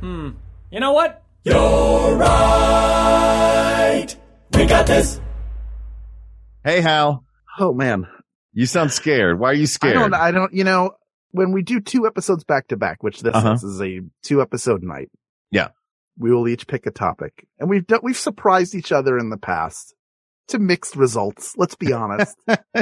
Hmm. You know what? You're right. We got this. Hey, Hal. Oh man, You sound scared. Why are you I scared? don't, I don't, you know, when we do two episodes back to back, which this Uh-huh. is, is a two episode night. Yeah. We will each pick a topic and we've done, we've surprised each other in the past to mixed results. Let's be honest.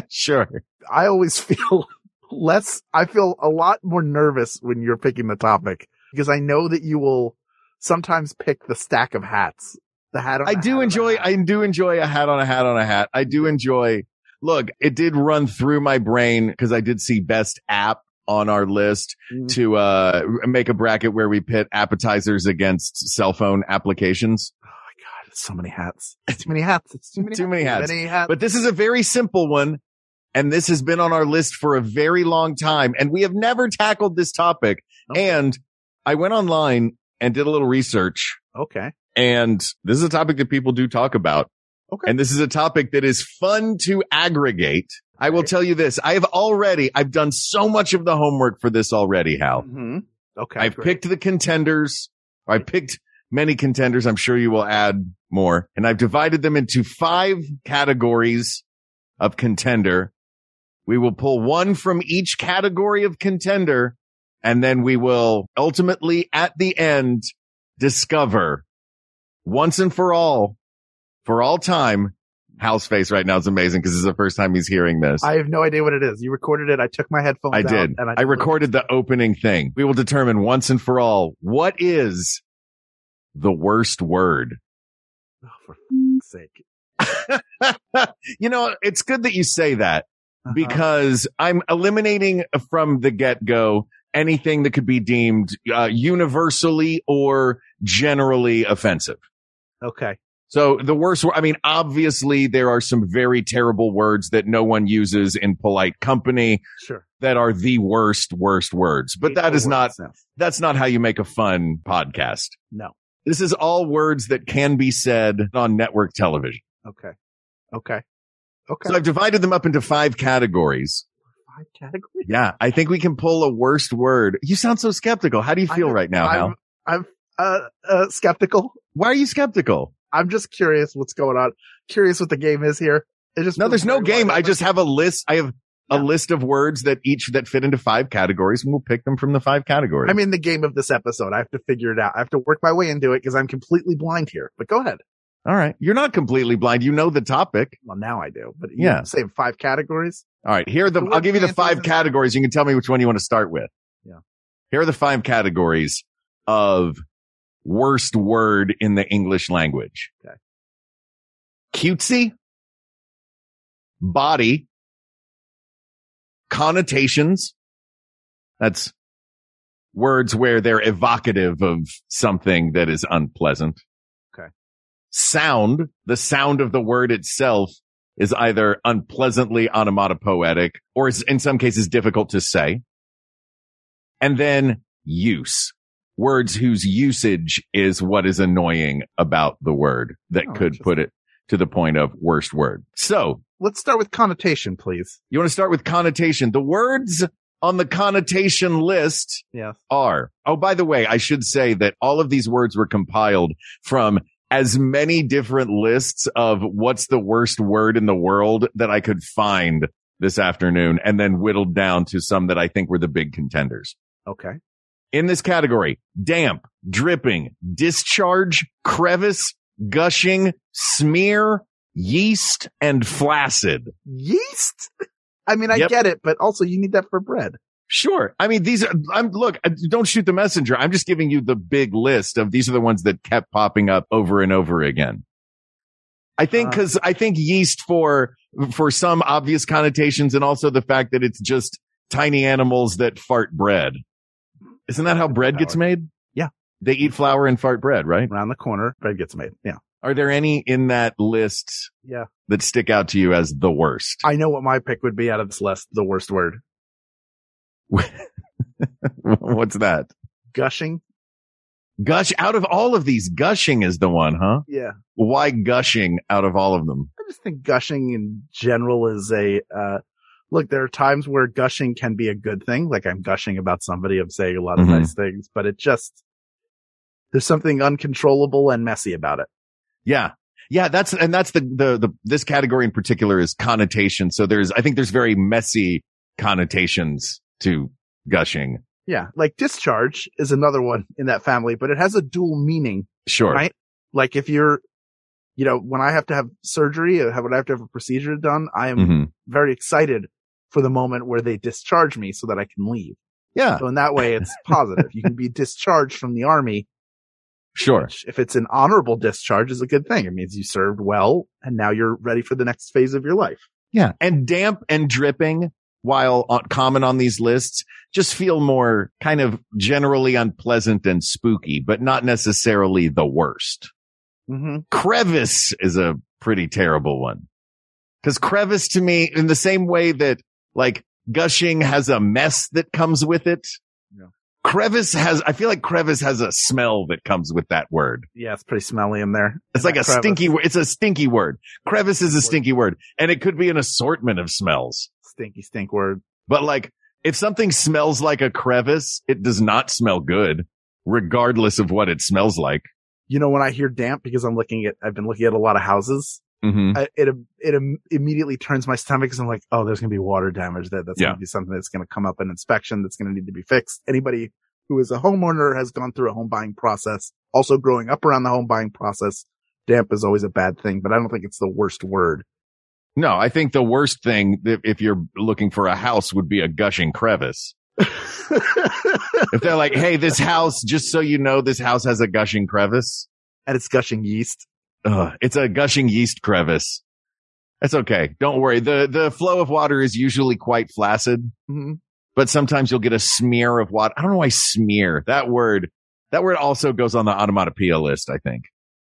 sure. I always feel less, I feel a lot more nervous when you're picking the topic because I know that you will sometimes pick the stack of hats. The hat on I the hat do on the enjoy. hat. I do enjoy a hat on a hat on a hat. I do enjoy. Look, it did run through my brain because I did see best app on our list Mhm. to uh make a bracket where we pit appetizers against cell phone applications. God, it's so many hats. It's too many hats. It's too many Too hats. many hats. Many hats. But this is a very simple one. And this has been on our list for a very long time. And we have never tackled this topic. Nope. And I went online and did a little research. okay. And this is a topic that people do talk about. Okay. And this is a topic that is fun to aggregate. I will Right. tell you this. I have already, I've done so much of the homework for this already, Hal. hmm Okay. Oh. I've great. picked the contenders. I picked many contenders. I'm sure you will add more. And I've divided them into five categories of contender. We will pull one from each category of contender. And then we will ultimately at the end discover once and for all, for all time. Hal's face right now is amazing because it's the first time he's hearing this. I have no idea what it is. You recorded it. I took my headphones I out did. And I, I recorded the opening thing. We will determine once and for all what is the worst word. Oh, for f***ing sake. you know, it's good that you say that Uh-huh. because I'm eliminating from the get go anything that could be deemed uh, universally or generally offensive. Okay. So the worst, word- I mean, obviously there are some very terrible words that no one uses in polite company Sure. that are the worst, worst words, but that Hateful is not words now. that's not how you make a fun podcast. No. This is all words that can be said on network television. Okay. Okay. Okay. So I've divided them up into five categories. Five categories. Yeah. I think we can pull a worst word. You sound so skeptical. How do you feel I'm- right now, Hal? I'm, I'm uh, uh, skeptical. Why are you skeptical? I'm just curious what's going on. Curious what the game is here. It just No, feels there's no very game. wide I open. just have a list. I have a Yeah. list of words that each that fit into five categories and we'll pick them from the five categories. I mean, the game of this episode. I have to figure it out. I have to work my way into it because I'm completely blind here. But go ahead. all right. You're not completely blind. You know the topic. Well, now I do. But Yeah. yeah, save five categories. All right. Here are the, The I'll give you the word five dances- categories. You can tell me which one you want to start with. Yeah. Here are the five categories of worst word in the English language. Okay. Cutesy, body, connotations. That's words where they're evocative of something that is unpleasant. Okay. Sound, the sound of the word itself is either unpleasantly onomatopoetic or is in some cases difficult to say. And then use words whose usage is what is annoying about the word that Oh, could put it to the point of worst word. So Let's start with connotation, please. you want to start with connotation. The words on the connotation list Yeah. are. Oh, by the way, I should say that all of these words were compiled from as many different lists of what's the worst word in the world that I could find this afternoon and then whittled down to some that I think were the big contenders. Okay. In this category, damp, dripping, discharge, crevice, gushing, smear, yeast, and flaccid. yeast? I mean, I Yep. get it, but also you need that for bread. Sure. I mean, these are, I'm, look, I- don't shoot the messenger. I'm just giving you the big list of these are the ones that kept popping up over and over again. I think, Uh. cause I think yeast for, for some obvious connotations and also the fact that it's just tiny animals that fart bread. Isn't that how bread gets made? Yeah. They eat flour and fart bread, right? Around the corner, bread gets made. Yeah. Are there any in that list Mm-hmm. Yeah. that stick out to you as the worst? I know what my pick would be out of this list. The worst word. What's that? Gushing. Gush out of all of these, gushing is the one, huh? Yeah. Why gushing out of all of them? I just think gushing in general is a, uh, look, there are times where gushing can be a good thing. Like I'm gushing about somebody. I'm saying a lot of Mhm. nice things, but it just, there's something uncontrollable and messy about it. Yeah. Yeah. That's, and that's the, the, the, this category in particular is connotation. So there's, I think there's very messy connotations to gushing. Yeah. Like discharge is another one in that family, but it has a dual meaning. Sure. Right. Like if you're, you know, when I have to have surgery or have, when I have to have a procedure done, I am Mhm. very excited for the moment where they discharge me so that I can leave. Yeah. So in that way, it's positive. you can be discharged from the army. Sure. Which, if it's an honorable discharge, is a good thing. It means you served well, and now you're ready for the next phase of your life. Yeah. And damp and dripping, while on, common on these lists, just feel more kind of generally unpleasant and spooky, but not necessarily the worst. Mm-hmm. crevice is a pretty terrible one. Cause crevice to me, in the same way that like gushing has a mess that comes with it. Yeah. Crevice has, I feel like crevice has a smell that comes with that word. Yeah, it's pretty smelly in there. It's like a Crevice. stinky, wo- it's a stinky word. Crevice is a stinky word and it could be an assortment of smells, Stinky stink word. but like if something smells like a crevice, it does not smell good regardless of what it smells like. You know, when I hear damp, because I'm looking at, I've been looking at a lot of houses. Mm-hmm. I, it it im- immediately turns my stomach because I'm like, oh, there's gonna be water damage there. That's Yeah. gonna be something that's gonna come up in inspection. That's gonna need to be fixed. Anybody who is a homeowner has gone through a home buying process. Also, growing up around the home buying process, damp is always a bad thing, but I don't think it's the worst word. No, I think the worst thing if, if you're looking for a house would be a gushing crevice. If they're like, "Hey, this house, just so you know, this house has a gushing crevice." and it's gushing yeast. Ugh, it's a gushing yeast crevice. That's okay. Don't worry. the The flow of water is usually quite flaccid, Mhm. but sometimes you'll get a smear of water. I don't know why smear that word. That word also goes on the onomatopoeia list. I think.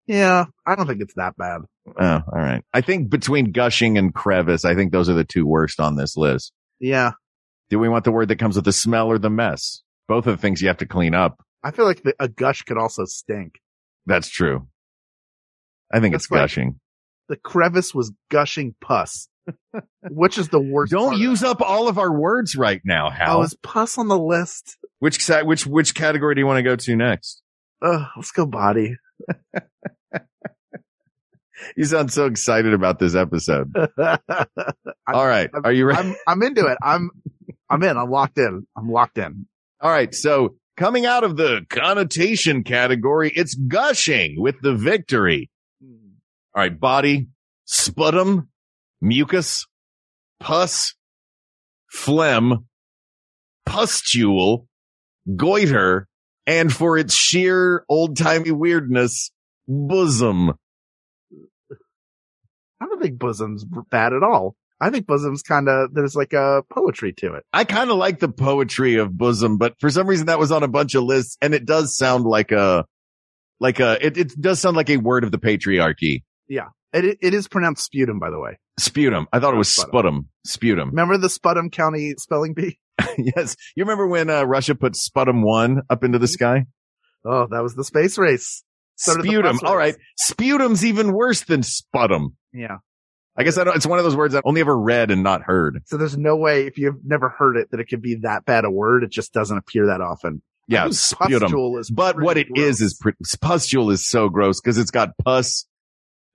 Yeah, I don't think it's that bad. Oh, all right. I think between gushing and crevice, I think those are the two worst on this list. Yeah, Do we want the word that comes with the smell or the mess? Both of the things you have to clean up. I feel like the, a gush could also stink. That's true. I think it's That's right. gushing. The crevice was gushing pus, which is the worst. Don't part of use it. up all of our words right now, Hal. Oh, is pus on the list? which si- which which category do you want to go to next? Ugh, let's go body. You sound so excited about this episode. I'm, all right. I'm- Are you ready? I'm into it. I'm, I'm in. I'm locked in. I'm locked in. All right. So coming out of the connotation category, it's gushing with the victory. All right. Body, sputum, mucus, pus, phlegm, pustule, goiter, and for its sheer old timey weirdness, bosom. I don't think bosom's bad at all. I think bosom's kind of, there's like a poetry to it. I kind of like the poetry of bosom, but for some reason that was on a bunch of lists and it does sound like a, like a, it, it does sound like a word of the patriarchy. It, it is pronounced sputum, by the way. Sputum. I thought it was sputum. Sputum. Sputum. Remember the Sputum County spelling bee? yes. You remember when uh, Russia put sputum one up into the sky? Oh, that was the space race. So did the Sputum. bus All right. race. Sputum's even worse than sputum. Yeah. I guess I don't, it's one of those words I only ever read and not heard. So there's no way if you've never heard it that it could be that bad a word. It just doesn't appear that often. Yeah. I think Sputum. pustule is But what it pretty is is pretty, pustule is so gross because it's got pus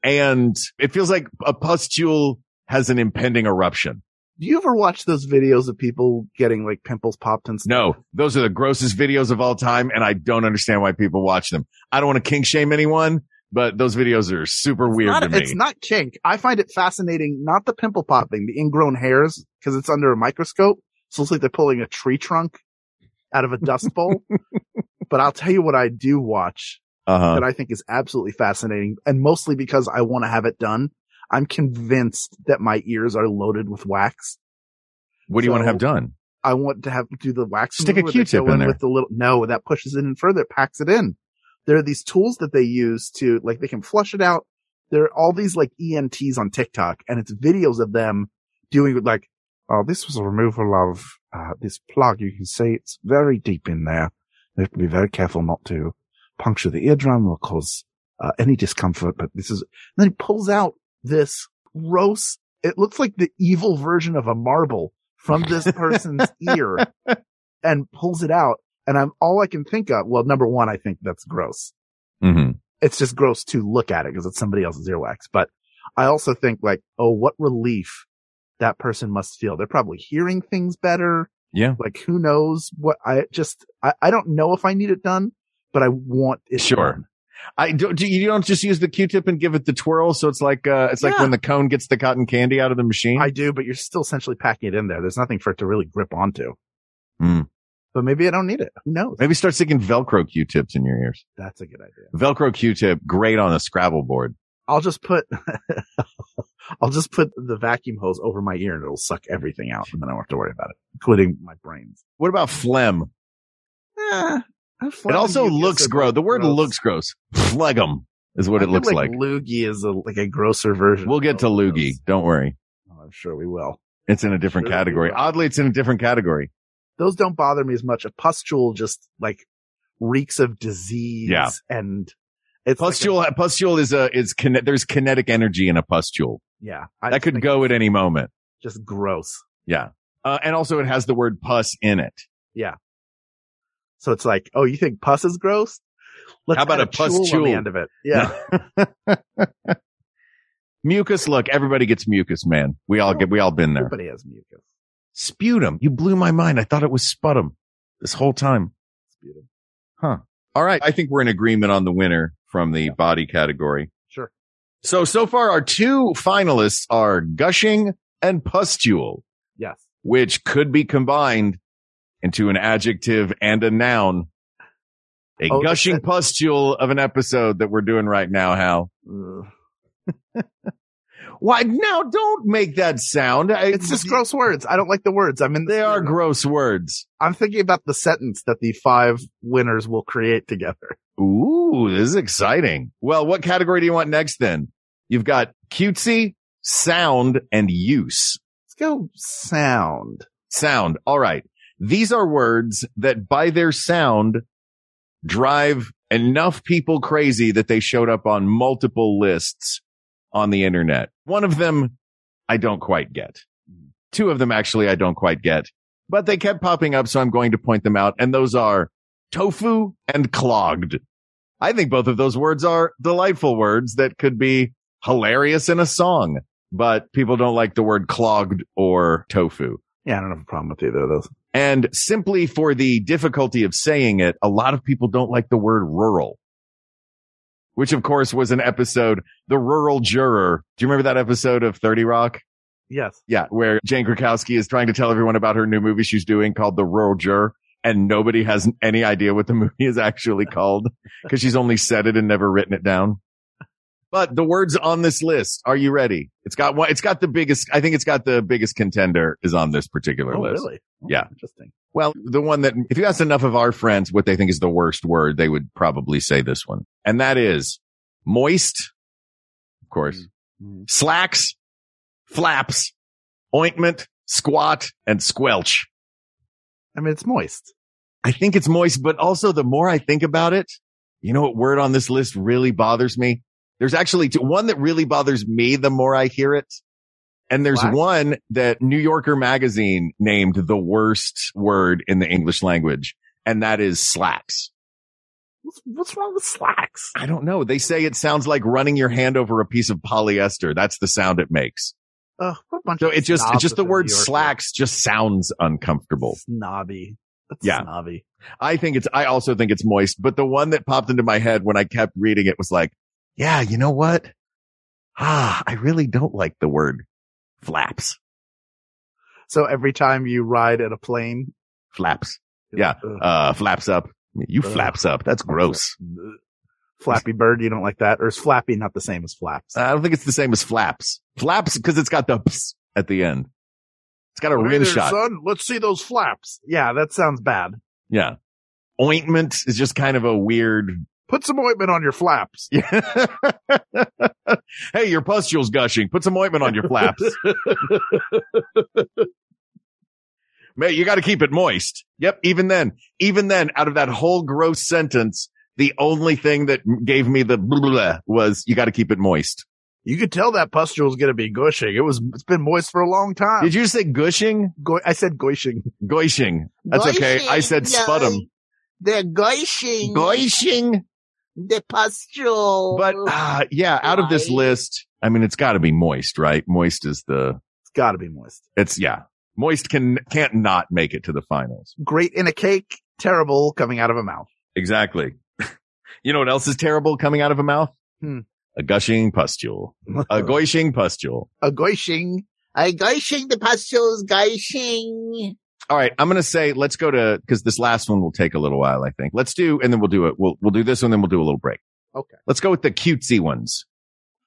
and it feels like a pustule has an impending eruption. Do you ever watch those videos of people getting like pimples popped and stuff? No, those are the grossest videos of all time. And I don't understand why people watch them. I don't want to kink shame anyone, but those videos are super weird not- to me. It's not kink. I find it fascinating, not the pimple pop thing, the ingrown hairs, because it's under a microscope. So it's like they're pulling a tree trunk out of a dust bowl. but I'll tell you what I do watch uh-huh. that I think is absolutely fascinating, and mostly because I want to have it done. I'm convinced that my ears are loaded with wax. What do you want to So- have done? I want to have do the wax. Stick a move where they Q-tip go in there. with the little. No, that pushes it in further, packs it in. There are these tools that they use to like, they can flush it out. There are all these like EMTs on TikTok and it's videos of them doing like, oh, this was a removal of uh, this plug. You can see it's very deep in there. We have to be very careful not to puncture the eardrum or cause uh, any discomfort. But this is, and then he pulls out this gross, it looks like the evil version of a marble from this person's ear and pulls it out. And I'm all I can think of. Well, number one, I think that's gross. Mm-hmm. It's just gross to look at it because it's somebody else's earwax. But I also think like, oh, what relief that person must feel. They're probably hearing things better. Yeah. Like who knows what I just, I, I don't know if I need it done, but I want it. Sure. done. I don't, do you don't just use the Q-tip and give it the twirl. So it's like, uh, it's like Yeah. when the cone gets the cotton candy out of the machine. I do, but you're still essentially packing it in there. There's nothing for it to really grip onto. Hmm. But maybe I don't need it. Who knows? Maybe start sticking Velcro Q-tips in your ears. That's a good idea. Velcro Q-tip, great on a Scrabble board. I'll just put, I'll just put the vacuum hose over my ear and it'll suck everything out. And then I won't have to worry about it, including my brains. What about phlegm? Eh, I'm It flattened also you, yes, looks they're gross. both The word gross. looks gross. Phlegm is what I it feel looks like. Loogie is a, like a grosser version. We'll of get to those. loogie. Don't worry. Oh, I'm sure we will. It's in a different Sure, we category. will. Oddly, it's in a different category. Those don't bother me as much. A pustule just like reeks of disease. Yeah. And it's like a- Pustule, uh, pustule is a, is kinet, there's kinetic energy in a pustule. yeah. I That just could think go at any moment. Just gross. Uh, and also it has the word pus in it. So it's like, oh, you think pus is gross? Let's How about add a pus chul on the chul? end of it? Yeah. Mucus, look, everybody gets mucus, man. We all get, we all been there. Everybody has mucus. Sputum. You blew my mind. I thought it was sputum this whole time. It's beautiful. All right. I think we're in agreement on the winner from the body category. Sure. So, so far our two finalists are gushing and pustule, Yes. which could be combined into an adjective and a noun. A Oh, gushing that- pustule of an episode that we're doing right now, Hal. Ugh. Why now? Don't make that sound. I- It's just gross words. I don't like the words. I'm in. They are gross words. I'm thinking about the sentence that the five winners will create together. Ooh, this is exciting. Well, what category do you want next? Then you've got cutesy, sound, and use. Let's go sound. Sound. All right. These are words that by their sound drive enough people crazy that they showed up on multiple lists on the internet. One of them I don't quite get. Two of them actually I don't quite get, but they kept popping up. So I'm going to point them out. And those are tofu and clogged. I think both of those words are delightful words that could be hilarious in a song, but people don't like the word clogged or tofu. Yeah, I don't have a problem with either of those. And simply for the difficulty of saying it, a lot of people don't like the word rural, which of course was an episode, the rural juror. Do you remember that episode of 30 Rock? Yes. Yeah. Where Jane Krakowski is trying to tell everyone about her new movie she's doing called The Rural Juror. And nobody has any idea what the movie is actually called because she's only said it and never written it down. But the words on this list, are you ready? It's got one, it's got the biggest, I think it's got the biggest contender is on this particular Oh, list. really? Oh, Yeah. Interesting. Well, the one that if you asked enough of our friends what they think is the worst word, they would probably say this one. And that is moist, of course, Mhm. slacks, flaps, ointment, squat, and squelch. I mean, it's moist. I think it's moist, but also the more I think about it, you know what word on this list really bothers me? There's actually two, one that really bothers me the more I hear it. And there's What? one that New Yorker magazine named the worst word in the English language. And that is slacks. What's, what's wrong with slacks? I don't know. They say it sounds like running your hand over a piece of polyester. That's the sound it makes. Ugh, what a bunch So of it just, snobs just the within word New York. slacks just sounds uncomfortable. Snobby. That's Yeah. snobby. I think it's, I also think it's moist, but the one that popped into my head when I kept reading it was like, yeah, you know what? Ah, I really don't like the word flaps, So every time you ride in a plane, flaps, Yeah. Ugh. uh, flaps up. You Ugh. flaps up. That's gross. Ugh. Flappy Bird, you don't like that? Or is Flappy not the same as Flaps? I don't think it's the same as flaps. Flaps because it's got the ps at the end. It's got a rim shot. let's see those flaps. Yeah, that sounds bad. Yeah. Ointment is just kind of a weird Put some ointment on your flaps. Yeah. hey, your pustule's gushing. Put some ointment on your flaps. Man, you got to keep it moist. Yep. Even then, even then, out of that whole gross sentence, the only thing that gave me the blah, blah, blah was you got to keep it moist. You could tell that pustule's going to be gushing. It was, it's been moist for a long time. Did you say gushing? Go- I said gushing. Goishing. That's okay. I said sputum. They're gushing Goishing. the pustule. But uh, yeah, out of this Oh. Right. list, I mean, it's got to be moist, right? Moist is the It's got to be moist. It's yeah. Moist can can't not make it to the finals. Great in a cake, terrible coming out of a mouth. Exactly. you know what else is terrible coming out of a mouth? Hmm. A gushing pustule. A gushing pustule. a gushing. I gushing the pustules, gushing. All right, I'm gonna say let's go to because this last one will take a little while, I think. Let's do and then we'll do it. We'll we'll do this one, then we'll do a little break. Okay. Let's go with the cutesy ones.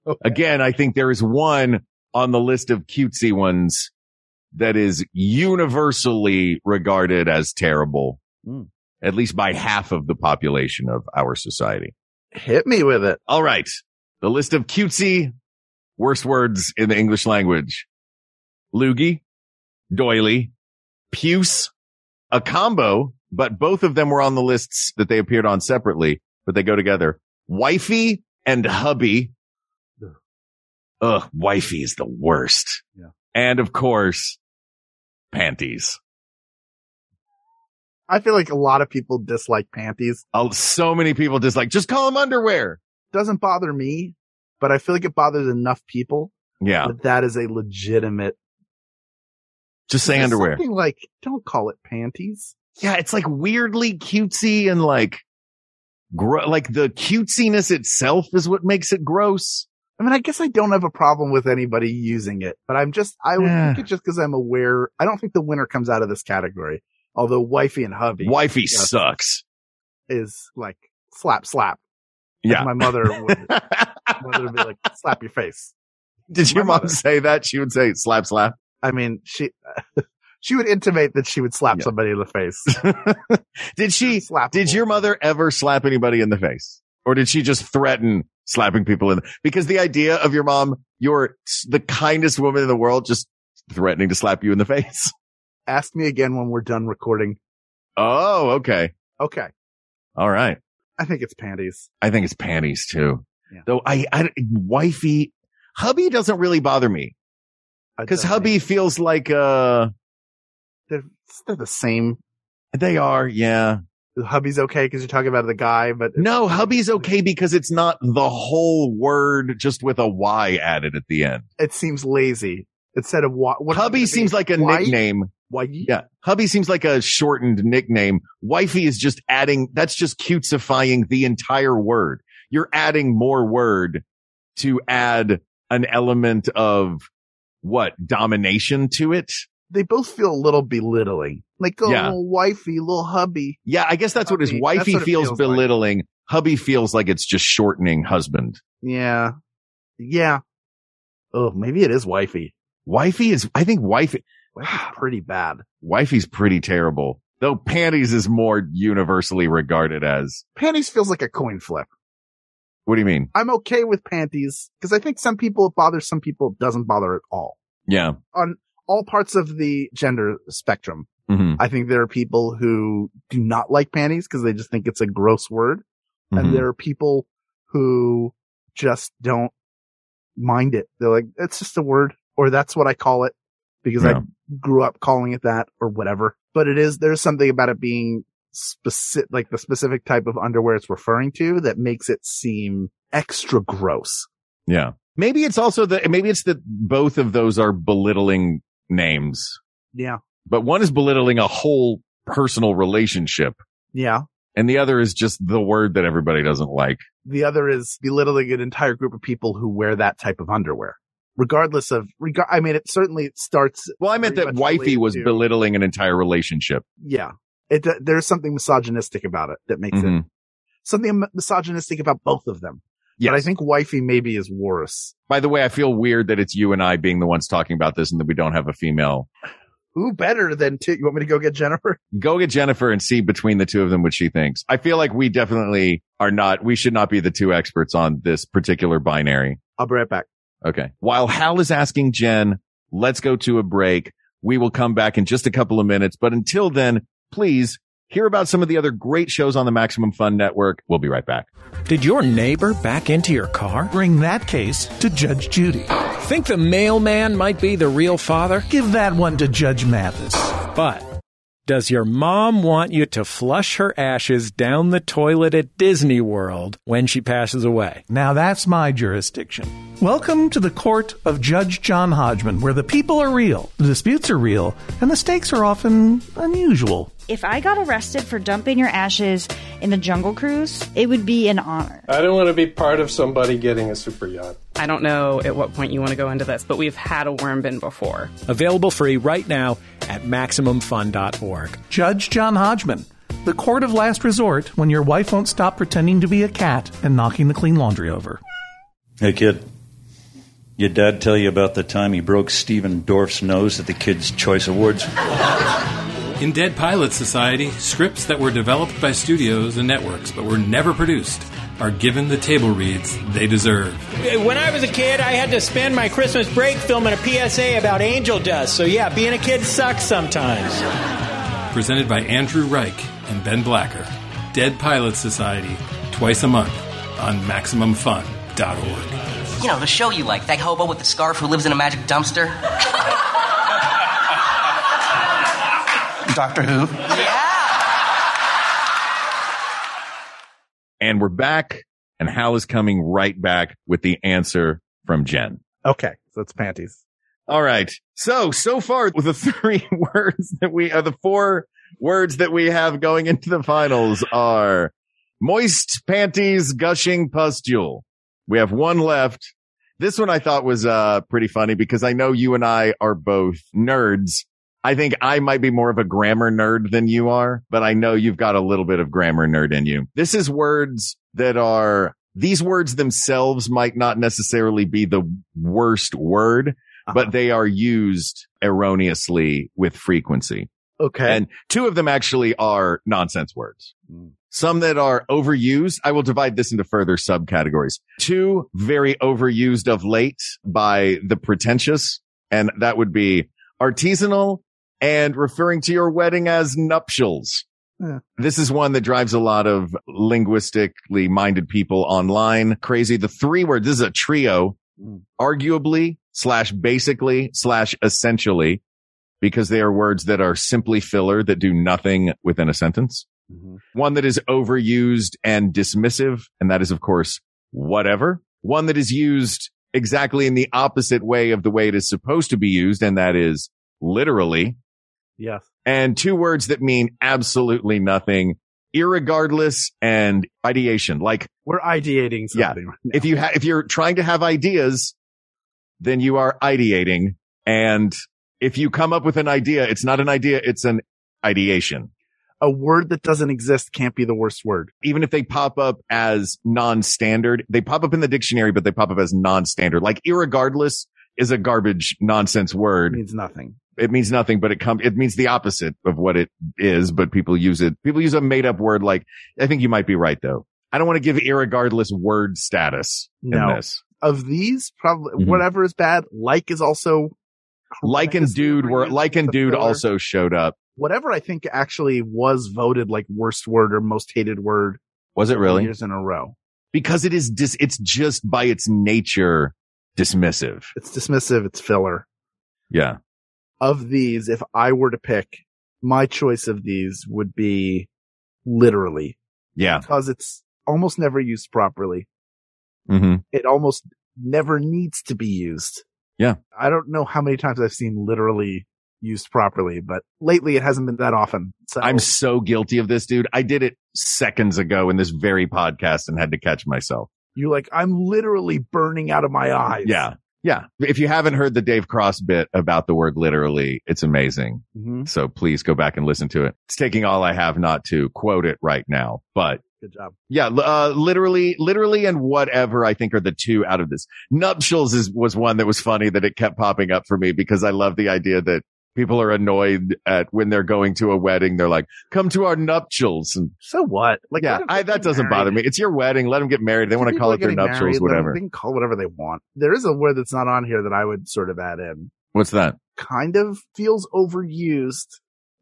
Okay. Again, I think there is one on the list of cutesy ones that is universally regarded as terrible, Hmm. at least by half of the population of our society. Hit me with it. All right. The list of cutesy worst words in the English language. Loogie, doily, puce, a combo, but both of them were on the lists that they appeared on separately, but they go together. Wifey and hubby. Ugh, wifey is the worst. Yeah. And of course, panties. I feel like a lot of people dislike panties. Oh, so many people just like, just call them underwear. Doesn't bother me, but I feel like it bothers enough people Yeah. that that is a legitimate Just say There's underwear. Something like don't call it panties. yeah, it's like weirdly cutesy and like, gro- like the cutesiness itself is what makes it gross. I mean, I guess I don't have a problem with anybody using it, but I'm just I would Yeah. think it's just because I'm aware. I don't think the winner comes out of this category. Although wifey and hubby Wifey Yeah. sucks. is like slap slap. Like Yeah. my mother would, mother would be like slap your face. Did your my mom mother. say that? She would say slap slap. I mean, she she would intimate that she would slap Yeah. somebody in the face. did she, slap. did your mother ever slap anybody in the face? Or did she just threaten slapping people in? Because the idea of your mom, you're the kindest woman in the world, just threatening to slap you in the face. ask me again when we're done recording? Oh, okay. Okay, All right. I think it's panties. I think it's panties too. Yeah. Though I, I, wifey, hubby doesn't really bother me I because don't hubby think- feels like, uh, they're, they're the same. they are. Yeah. Hubby's okay because you're talking about the guy, but No, hubby's okay because it's not the whole word just with a Y added at the end. it seems lazy. Instead of what, what hubby seems like a Why? nickname. Why? Yeah. Hubby seems like a shortened nickname. Wifey is just adding, that's just cutesifying the entire word. You're adding more word to add an element of what domination to it. They both feel a little belittling. Like oh, Yeah. little wifey, little hubby. Yeah, I guess that's what his Hubby. wifey That's what it feels, feels like. belittling. Hubby feels like it's just shortening husband. Yeah, yeah. Oh, maybe it is wifey. Wifey is, I think wifey, Wifey's pretty bad. wifey's pretty terrible. Though panties is more universally regarded as, Panties feels like a coin flip. what do you mean? I'm okay with panties because I think some people it bothers, some people it doesn't bother at all. Yeah. All parts of the gender spectrum. hmm I think there are people who do not like panties because they just think it's a gross word. Mm-hmm. And there are people who just don't mind it. They're like, it's just a word or that's what I call it because Yeah. I grew up calling it that or whatever. But it is, there's something about it being specific, like the specific type of underwear it's referring to that makes it seem extra gross. Yeah. Maybe it's also the, maybe it's that both of those are belittling names, Yeah. but one is belittling a whole personal relationship Yeah. and the other is just the word that everybody doesn't like. The other is belittling an entire group of people who wear that type of underwear, regardless of regard. I mean, it certainly it starts. Well, I meant Pretty that much wifey related was to- belittling an entire relationship. Yeah, it there's something misogynistic about it that makes it Mhm. something misogynistic about both of them. But I Yes. think wifey maybe is worse. By the way, I feel weird that it's you and I being the ones talking about this and that we don't have a female Who better than two? You want me to go get Jennifer? Go get Jennifer and see between the two of them what she thinks. I feel like we definitely are not, we should not be the two experts on this particular binary. I'll be right back. Okay. While Hal is asking Jen, let's go to a break. We will come back in just a couple of minutes. But until then, please hear about some of the other great shows on the Maximum Fun Network. We'll be right back. Did your neighbor back into your car? Bring that case to Judge Judy. Think the mailman might be the real father? Give that one to Judge Mathis. But does your mom want you to flush her ashes down the toilet at Disney World when she passes away? Now that's my jurisdiction. Welcome to the court of Judge John Hodgman, where the people are real, the disputes are real, and the stakes are often unusual. If I got arrested for dumping your ashes in the Jungle Cruise, it would be an honor. I don't want to be part of somebody getting a super yacht. I don't know at what point you want to go into this, but we've had a worm bin before. Available free right now at MaximumFun.org. Judge John Hodgman, the court of last resort when your wife won't stop pretending to be a cat and knocking the clean laundry over. Hey, kid. Your dad tell you about the time he broke Steven Dorff's nose at the Kids' Choice Awards? In Dead Pilot Society, scripts that were developed by studios and networks but were never produced are given the table reads they deserve. When I was a kid, I had to spend my Christmas break filming a PSA about angel dust. So yeah, being a kid sucks sometimes. Presented by Andrew Reich and Ben Blacker. Dead Pilot Society, twice a month on MaximumFun.org. You know, the show you like, that hobo with the scarf who lives in a magic dumpster. Doctor Who. Yeah. And we're back, and Hal is coming right back with the answer from Jen. Okay, so it's panties. All right. So so far, with the three words that we are the four words that we have going into the finals are moist panties, gushing pustule. We have one left. This one I thought was uh pretty funny because I know you and I are both nerds I think I might be more of a grammar nerd than you are, but I know you've got a little bit of grammar nerd in you. This is words that are, these words themselves might not necessarily be the worst word, uh-huh. but they are used erroneously with frequency. Okay. And two of them actually are nonsense words. Some that are overused. I will divide this into further subcategories. Two very overused of late by the pretentious. And that would be artisanal and referring to your wedding as nuptials. Yeah. This is one that drives a lot of linguistically minded people online crazy. The three words, this is a trio, arguably slash basically slash essentially, because they are words that are simply filler that do nothing within a sentence. Mm-hmm. One that is overused and dismissive. And that is, of course, whatever. One that is used exactly in the opposite way of the way it is supposed to be used. And that is literally. Yes. And two words that mean absolutely nothing, irregardless and ideation. Like we're ideating something. Yeah. Right if you ha- if you're trying to have ideas, then you are ideating. And if you come up with an idea, it's not an idea. It's an ideation. A word that doesn't exist can't be the worst word. Even if they pop up as non-standard, they pop up in the dictionary, but they pop up as non-standard. Like irregardless is a garbage nonsense word. It means nothing. It means nothing, but it comes, it means the opposite of what it is, but people use it. People use a made up word. Like, I think you might be right though. I don't want to give irregardless word status no. in this. Of these, probably mm-hmm. whatever is bad, like is also. Like and dude were, like and dude filler. also showed up. Whatever I think actually was voted like worst word or most hated word. Was it really? Years in a row. Because it is dis, it's just by its nature dismissive. It's dismissive. It's filler. Yeah. Of these, if I were to pick, my choice of these would be literally. Yeah. Because it's almost never used properly. Mm-hmm. It almost never needs to be used. Yeah. I don't know how many times I've seen literally used properly, but lately it hasn't been that often. So I'm so guilty of this, dude. I did it seconds ago in this very podcast and had to catch myself. You're like, I'm literally burning out of my eyes. Yeah. Yeah. If you haven't heard the Dave Cross bit about the word literally, it's amazing. Mm-hmm. So please go back and listen to it. It's taking all I have not to quote it right now, but good job. Yeah. Uh, literally, literally and whatever I think are the two out of this. Nuptials is, was one that was funny that it kept popping up for me because I love the idea that people are annoyed at when they're going to a wedding. They're like, come to our nuptials. And so what? Like, yeah, I, that doesn't bother me. It's your wedding. Let them get married. They want to People call are it their getting nuptials, married, let 'em- whatever. They can call it whatever they want. There is a word that's not on here that I would sort of add in. What's that? Kind of feels overused,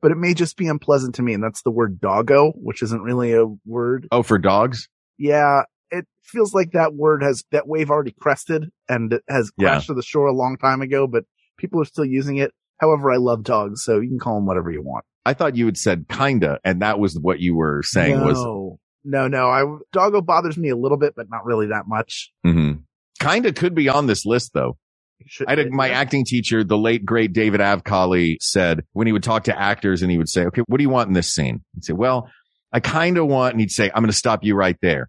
but it may just be unpleasant to me. And that's the word doggo, which isn't really a word. Oh, for dogs? Yeah. It feels like that word has, that wave already crested and it has Yeah. crashed to the shore a long time ago, but people are still using it. However, I love dogs, so you can call them whatever you want. I thought you had said kinda, and that was what you were saying no. was no, no. I doggo bothers me a little bit, but not really that much. Mhm. kinda could be on this list though. I had a- my acting teacher, the late great David Avcali said when he would talk to actors and he would say, okay, what do you want in this scene? He'd say, well, I kind of want, and he'd say, I'm going to stop you right there.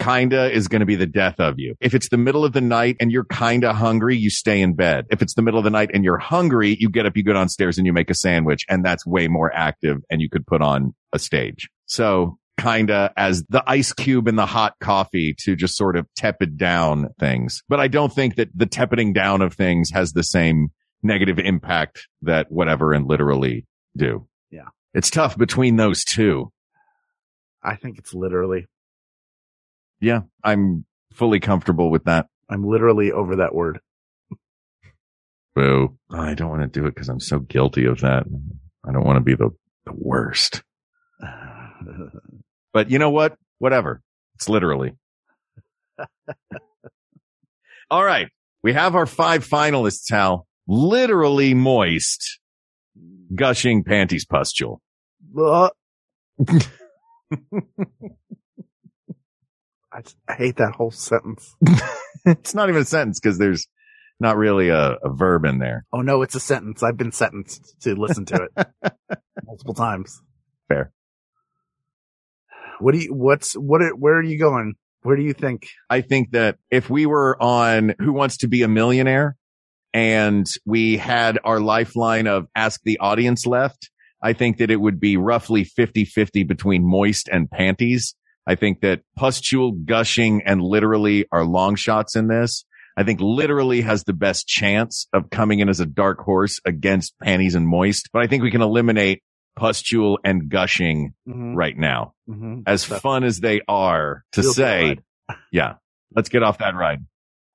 Kinda is going to be the death of you. If it's the middle of the night and you're kinda hungry, you stay in bed. If it's the middle of the night and you're hungry, you get up, you go downstairs and you make a sandwich. And that's way more active and you could put on a stage. So kinda as the ice cube in the hot coffee to just sort of tepid down things. But I don't think that the tepiding down of things has the same negative impact that whatever and literally do. Yeah. It's tough between those two. I think it's literally. Yeah. I'm fully comfortable with that. I'm literally over that word. Boo. I don't want to do it because I'm so guilty of that. I don't want to be the, the worst. But you know what? Whatever. It's literally. All right. We have our five finalists, Hal. Literally moist, gushing panties pustule. Ugh. I, I hate that whole sentence. it's not even a sentence because there's not really a, a verb in there. Oh no, it's a sentence. I've been sentenced to listen to it multiple times. Fair. What do you? What's what? Are, where are you going? Where do you think? I think that if we were on Who Wants to Be a Millionaire and we had our lifeline of ask the audience left, I think that it would be roughly 50 50 between moist and panties. I think that pustule gushing and literally are long shots in this. I think literally has the best chance of coming in as a dark horse against panties and moist, but I think we can eliminate pustule and gushing Mhm. right now Mhm. as fun as they are to You'll get say, yeah, let's get off that ride.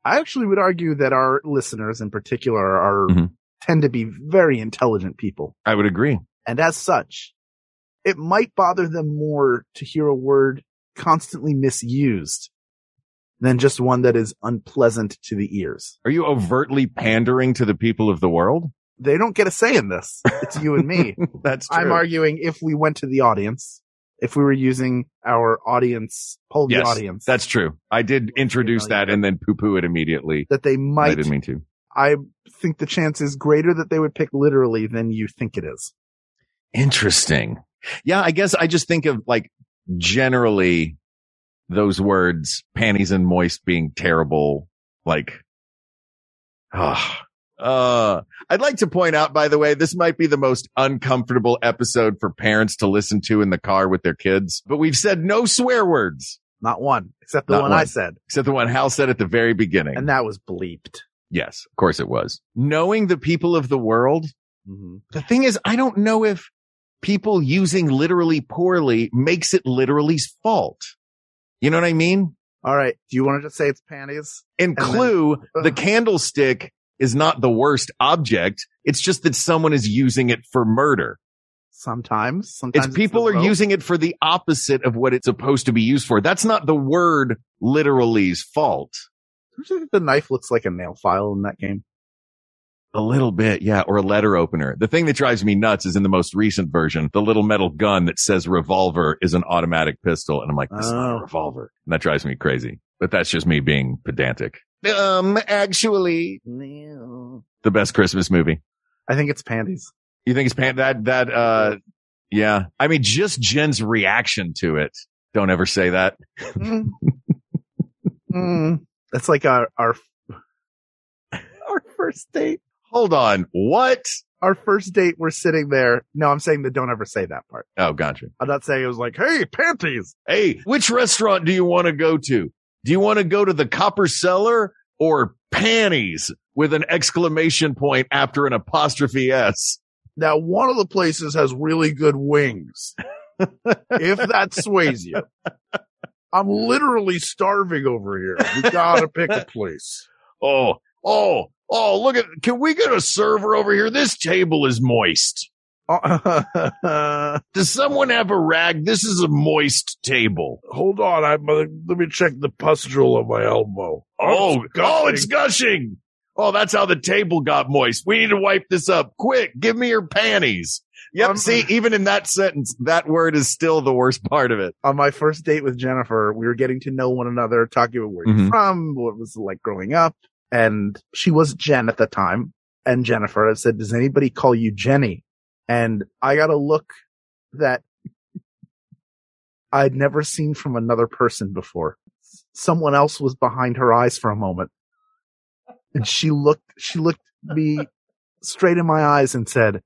I actually would argue that our listeners, in particular, are Mm-hmm. tend to be very intelligent people, I would agree. and as such, it might bother them more to hear a word constantly misused than just one that is unpleasant to the ears. Are you overtly pandering to the people of the world? They don't get a say in this. It's you and me. That's I'm true. arguing if we went to the audience, if we were using our audience, poll the audience, That's true. I did introduce that and then poo poo it immediately. That they might- I didn't mean to. I think the chance is greater that they would pick literally than you think it is. Interesting. Yeah, I guess I just think of like generally those words, panties and moist being terrible. Like, ah, uh, I'd like to point out, by the way, this might be the most uncomfortable episode for parents to listen to in the car with their kids, but we've said no swear words. Not one, except the Not one, I said. Except the one Hal said at the very beginning. And that was bleeped. Yes, of course it was. Knowing the people of the world. Mm-hmm. The thing is, I don't know if people using literally poorly makes it literally's fault. You know what I mean? All right. Do you want to just say it's panties? In Clue, the candlestick is not the worst object. It's just that someone is using it for murder. Sometimes, sometimes It's people are using it for the opposite of what it's supposed to be used for. That's not the word literally's fault. Don't you think the knife looks like a nail file in that game? A little bit, yeah, or a letter opener. The thing that drives me nuts is in the most recent version, the little metal gun that says revolver is an automatic pistol. And I'm like, this is Oh. not a revolver. And that drives me crazy. But that's just me being pedantic. Um, actually, The best Christmas movie. I think it's panties. You think it's pan that that uh yeah. I mean just Jen's reaction to it. Don't ever say that. Mm. Mm. That's like our, our our first date. Hold on. What? Our first date, we're sitting there. No, I'm saying that don't ever say that part. Oh, gotcha. I'm not saying it was like, hey, panties. Hey, which restaurant do you want to go to? Do you want to go to the copper cellar or panties with an exclamation point after an apostrophe S? Now, one of the places has really good wings. if that sways you, I'm Mm-hmm. literally starving over here. We gotta pick a place. Oh, oh, oh, look at, can we get a server over here? This table is moist. Does someone have a rag? This is a moist table. Hold on, I'm, uh, let me check the pustule on my elbow. Oh, oh, it's gushing. Oh, that's how the table got moist. We need to wipe this up quick. Give me your panties. Yep. see, even in that sentence, that word is still the worst part of it. On my first date with Jennifer, we were getting to know one another, talking about where Mhm. you're from, what was it like growing up. And she was Jen at the time. And Jennifer had said, does anybody call you Jenny? And I got a look that I'd never seen from another person before. Someone else was behind her eyes for a moment. And she looked, she looked me straight in my eyes and said,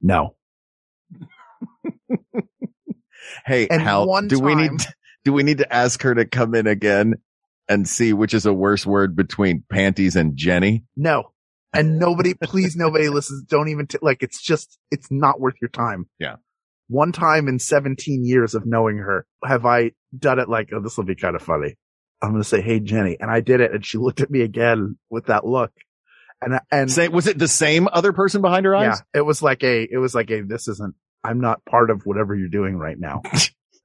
no. Hey, And Hal, one do we need, time- do we need to ask her to come in again and see which is a worse word between panties and Jenny? No. And nobody, please, nobody listens. Don't even, t- like, it's just, it's not worth your time. Yeah. One time in 17 years of knowing her, have I done it like, oh, this will be kind of funny. I'm going to say, Hey, Jenny. And I did it. And she looked at me again with that look. And, I- and Say, was it the same other person behind her yeah, eyes? it was like a, it was like a, this isn't, I'm not part of whatever you're doing right now.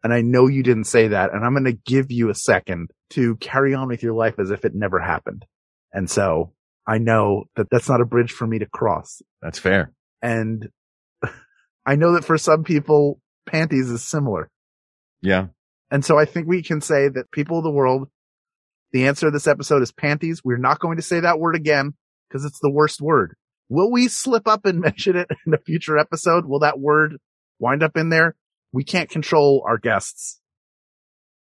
and I know you didn't say that. And I'm going to give you a second to carry on with your life as if it never happened. And so I know that that's not a bridge for me to cross. That's fair. And I know that for some people, panties is similar. Yeah. And so I think we can say that people of the world, the answer of this episode is panties. We're not going to say that word again because it's the worst word. Will we slip up and mention it in a future episode? Will that word wind up in there? We can't control our guests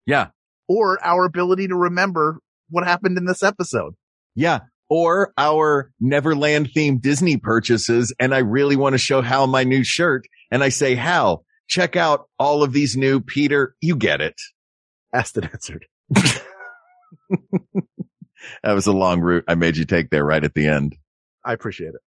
Yeah. or our ability to remember what happened in this episode. Yeah. Or our Neverland themed Disney purchases. And I really want to show Hal my new shirt. And I say, Hal, check out all of these new Peter. You get it. Asked and answered. That was a long route I made you take there right at the end. I appreciate it.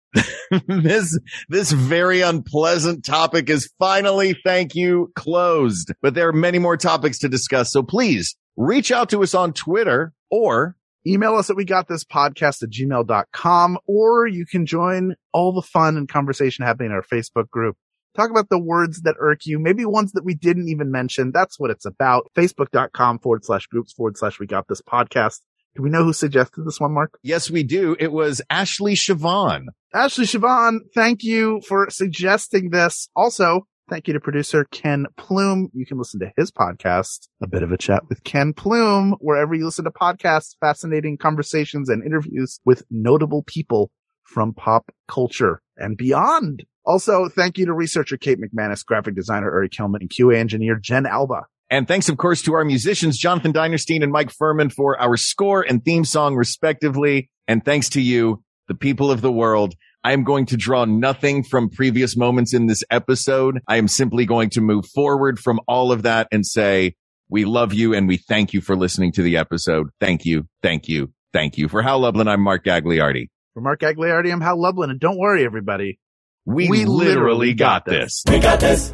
this, this very unpleasant topic is finally, thank you, closed. But there are many more topics to discuss. So please reach out to us on Twitter or Email us at we got this podcast at gmail.com, or you can join all the fun and conversation happening in our Facebook group. Talk about the words that irk you, maybe ones that we didn't even mention. That's what it's about. Facebook.com forward slash groups forward slash we got this podcast. Do we know who suggested this one, Mark? yes, we do. It was Ashley Siobhan. Ashley Siobhan, thank you for suggesting this. Also, thank you to producer Ken Plume. You can listen to his podcast, A Bit of a Chat with Ken Plume, wherever you listen to podcasts, fascinating conversations and interviews with notable people from pop culture and beyond. Also, thank you to researcher Kate McManus, graphic designer Uri Kelman, and QA engineer Jen Alba. And thanks, of course, to our musicians, Jonathan Dinerstein and Mike Furman for our score and theme song, respectively. And thanks to you, the people of the world. I am going to draw nothing from previous moments in this episode. I am simply going to move forward from all of that and say, we love you and we thank you for listening to the episode. Thank you. Thank you. Thank you. For Hal Lublin, I'm Mark Gagliardi. For Mark Agliardi, I'm Hal Lublin, and don't worry, everybody. We, literally got this. We got this.